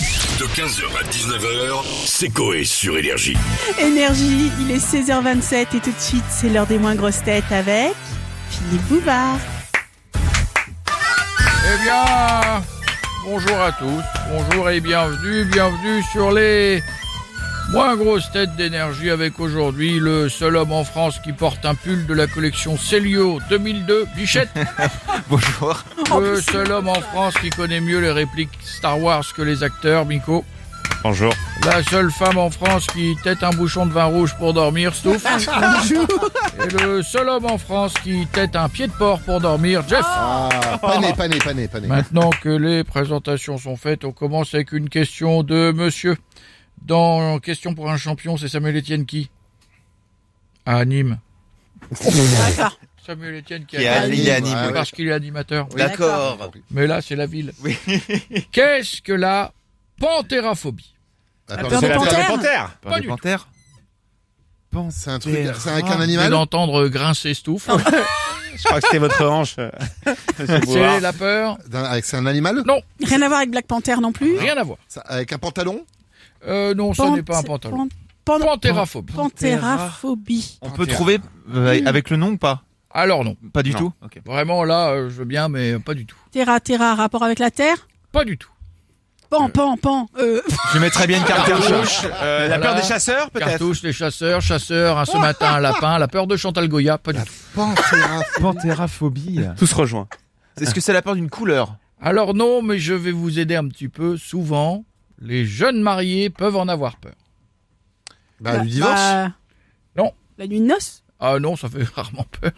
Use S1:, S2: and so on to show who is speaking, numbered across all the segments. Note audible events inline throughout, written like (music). S1: De 15h à 19h, c'est Coé sur Énergie.
S2: Énergie, il est 16h27 et tout de suite, c'est l'heure des moins grosses têtes avec Philippe Bouvard.
S3: Eh bien, bonjour à tous, bonjour et bienvenue, bienvenue sur les moins grosses têtes d'énergie avec aujourd'hui le seul homme en France qui porte un pull de la collection Célio 2002, Bichette.
S4: Bonjour.
S3: Le seul homme en France qui connaît mieux les répliques Star Wars que les acteurs, Miko.
S4: Bonjour.
S3: La seule femme en France qui tête un bouchon de vin rouge pour dormir, Stouff. Et le seul homme en France qui tête un pied de porc pour dormir, Jeff.
S5: Ah, pané, pané, pané, pané.
S3: Maintenant que les présentations sont faites, on commence avec une question de monsieur. Dans Question pour un champion, c'est Samuel Etienne qui À Nîmes.
S2: D'accord.
S3: Samuel Etienne qui,
S4: Qui est
S3: a
S4: animé,
S5: animé,
S4: animé,
S5: ouais.
S4: oui.
S3: Parce qu'il est animateur.
S2: Oui.
S4: D'accord.
S3: Mais là, c'est la ville.
S4: Oui.
S3: Qu'est-ce que la panthéraphobie
S5: Ah,
S2: peur
S5: pardon,
S2: des
S5: c'est-
S2: panthères.
S3: Pas du tout.
S4: panthères.
S5: C'est un truc, c'est avec un
S3: C'est
S5: animal.
S3: d'entendre grincer stouffe.
S6: Je crois que c'était votre hanche. euh, monsieur
S3: c'est
S6: Bouvard.
S3: la peur.
S5: D'un- Avec c'est un animal.
S3: Non,
S2: Rien à voir avec Black Panther non plus.
S3: rien à voir.
S5: Ça- Avec un pantalon.
S3: Euh, non, ce
S2: Pan-
S3: n'est pas un pantalon.
S2: pan- pan-
S3: Panthéraphobie.
S2: Panthéraphobie.
S4: On peut trouver euh, avec le nom ou pas
S3: Alors non.
S4: Pas du
S6: Non.
S4: tout.
S3: Vraiment, là, euh, je veux bien, mais pas du tout.
S2: Terra, Terra, rapport avec la Terre.
S3: Pas du tout.
S2: Pan, pan, pan. Euh,
S4: Je mettrais bien une carte
S6: Cartouche, euh, la
S3: Voilà.
S6: peur des chasseurs peut-être
S3: Cartouche, les chasseurs, chasseurs, un ce matin, un lapin, la peur de Chantal Goya, pas du tout.
S5: Panthéraphobie.
S4: Panthéraphobie.
S6: Tous rejoints.
S4: Est-ce que c'est la peur d'une
S6: (laughs)
S4: couleur
S3: Alors non, mais je vais vous aider un petit peu. Souvent, les jeunes mariés peuvent en avoir peur.
S5: Bah, du divorce.
S2: bah,
S3: Non.
S2: La nuit de noces.
S3: Ah non, ça fait (laughs) rarement peur.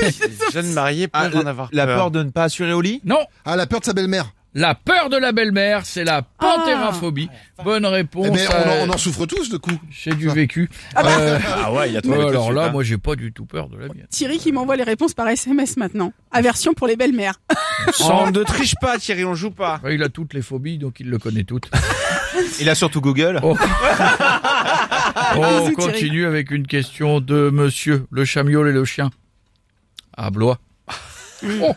S6: Les jeunes mariés peuvent en avoir
S4: Ah, La
S6: peur.
S4: peur de ne pas assurer au lit
S3: Non,
S5: Ah, la peur de sa belle-mère.
S3: la peur de la belle-mère, c'est la panthéraphobie. Bonne réponse.
S5: Eh, mais
S6: ben,
S5: on,
S3: euh,
S5: en, on en souffre tous, de coup.
S3: C'est du vécu. Euh,
S6: (laughs) Ah ouais, il y a
S3: ouais,
S6: trouvé tout de
S3: alors
S6: suite,
S3: là,
S6: hein.
S3: moi, j'ai pas du tout peur de la mienne.
S2: Thierry qui m'envoie les réponses par SMS maintenant. Aversion pour les belles-mères.
S3: Sans-
S4: Oh.
S6: On ne triche pas Thierry, on joue pas.
S3: Ouais, Il a toutes les phobies, donc il le connaît toutes.
S4: Il a surtout Google.
S3: Oh. On
S6: Ah,
S2: Thierry.
S3: continue avec une question de monsieur, le chamiol et le chien. À Blois. Oh,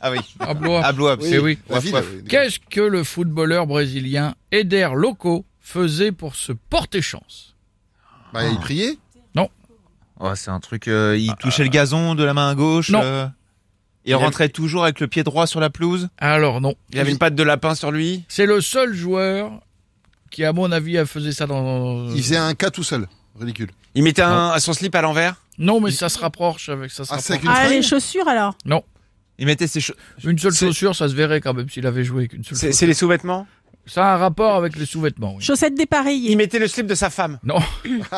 S4: Ah oui.
S3: à Blois.
S4: À Blois.
S3: Eh oui.
S5: La ville.
S4: ouais.
S5: oui.
S3: Qu'est-ce que le footballeur brésilien Eder Loco faisait pour se porter chance
S5: Bah, il priait.
S4: Oh, c'est un truc. euh, il
S6: Ah.
S4: touchait le gazon de la main gauche.
S3: Non.
S4: euh, il rentrait toujours avec le pied droit sur la pelouse.
S3: Alors non,
S6: Il avait une patte de lapin sur lui.
S3: c'est le seul joueur qui, à mon avis, a faisait ça dans.
S5: Il faisait un cas tout seul. Ridicule.
S6: Il mettait un, son slip à l'envers.
S3: Non, mais ça se rapproche avec ça. se
S5: Ah,
S3: rapproche.
S5: c'est avec une
S2: Ah, les
S5: fringue.
S2: chaussures alors.
S4: Il mettait ses cheveux.
S3: Une seule
S6: c'est-
S3: chaussure, ça se verrait quand même s'il avait joué avec une seule.
S6: C'est
S3: Chaussure.
S6: c'est les sous-vêtements.
S3: Ça a un rapport avec les sous-vêtements. oui.
S2: Chaussettes dépareillées.
S6: Il mettait le slip de sa femme.
S3: Non.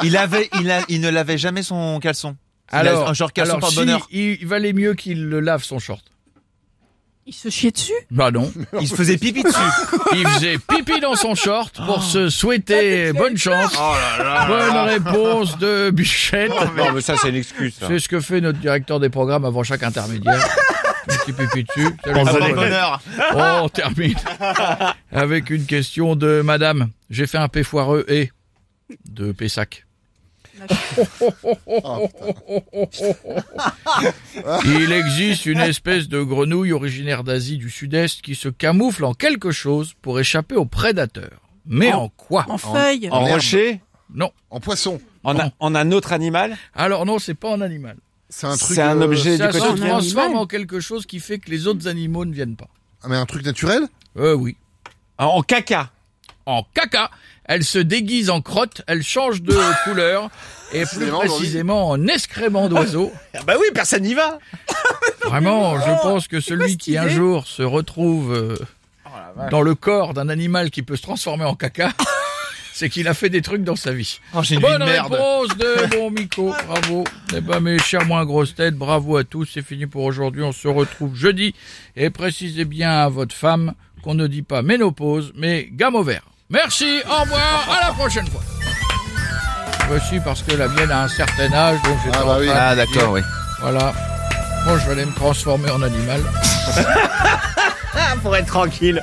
S4: Il avait, il, a- il ne lavait jamais son caleçon. Il a
S3: Alors,
S4: un genre caleçon
S3: alors
S4: par
S3: si,
S4: bonheur.
S3: il, il valait mieux qu'il le lave son short.
S2: Il se chiait dessus.
S3: Bah non.
S4: Il se faisait pipi dessus.
S3: Il faisait pipi dans son short pour se souhaiter bonne chance. Bonne réponse de Bichette.
S6: (laughs) Non, mais ça c'est une excuse. ça.
S3: C'est ce que fait notre directeur des programmes avant chaque intermédiaire. Un petit pipi dessus. Ça lui
S4: Avant
S3: fait
S4: le
S3: bonheur.
S4: bonheur.
S3: Oh, On termine avec une question de madame. J'ai fait un P foireux et de Pessac. (laughs)
S6: Oh,
S3: Il existe une espèce de grenouille originaire d'Asie du Sud-Est qui se camoufle en quelque chose pour échapper aux prédateurs.
S6: Oh.
S3: Mais
S2: En-
S3: en quoi
S2: En feuille.
S6: En
S5: Merde.
S6: rocher,
S5: En poisson.
S6: en, un- en un autre animal.
S3: Alors non, c'est pas un animal.
S5: C'est un truc.
S6: C'est un
S5: euh,
S6: objet du
S3: Ça se
S2: côté de
S6: quotidien.
S2: l'animal.
S3: transforme en quelque chose qui fait que les autres animaux ne viennent pas.
S5: ah, Mais un truc naturel.
S3: Euh oui.
S6: En, en caca.
S3: en caca. Elle se déguise en crotte, elle change de couleur et plus
S5: Décidément, aujourd'hui.
S3: précisément en excrément d'oiseau.
S6: Ah bah oui, personne n'y va.
S3: Vraiment, je pense que
S2: ce
S3: celui qui
S2: qu'il
S3: un
S2: est
S3: jour se retrouve euh, dans le corps d'un animal qui peut se transformer en caca, c'est qu'il a fait des trucs dans sa vie.
S4: Oh, j'ai une vie de
S3: Bonne
S4: merde.
S3: réponse
S4: (laughs)
S3: de mon Miko, bravo. Eh ben mes chers moins grosses têtes, bravo à tous, c'est fini pour aujourd'hui, on se retrouve jeudi et précisez bien à votre femme qu'on ne dit pas ménopause mais gamme au vert. Merci, au revoir, à la prochaine fois. Voici parce que la mienne a un certain âge donc j'étais
S5: Ah, bah
S3: en
S5: oui.
S3: train de
S4: Ah
S3: dire,
S4: d'accord, oui.
S3: Voilà. Moi je vais aller me transformer en animal.
S6: Ah, pour être tranquille.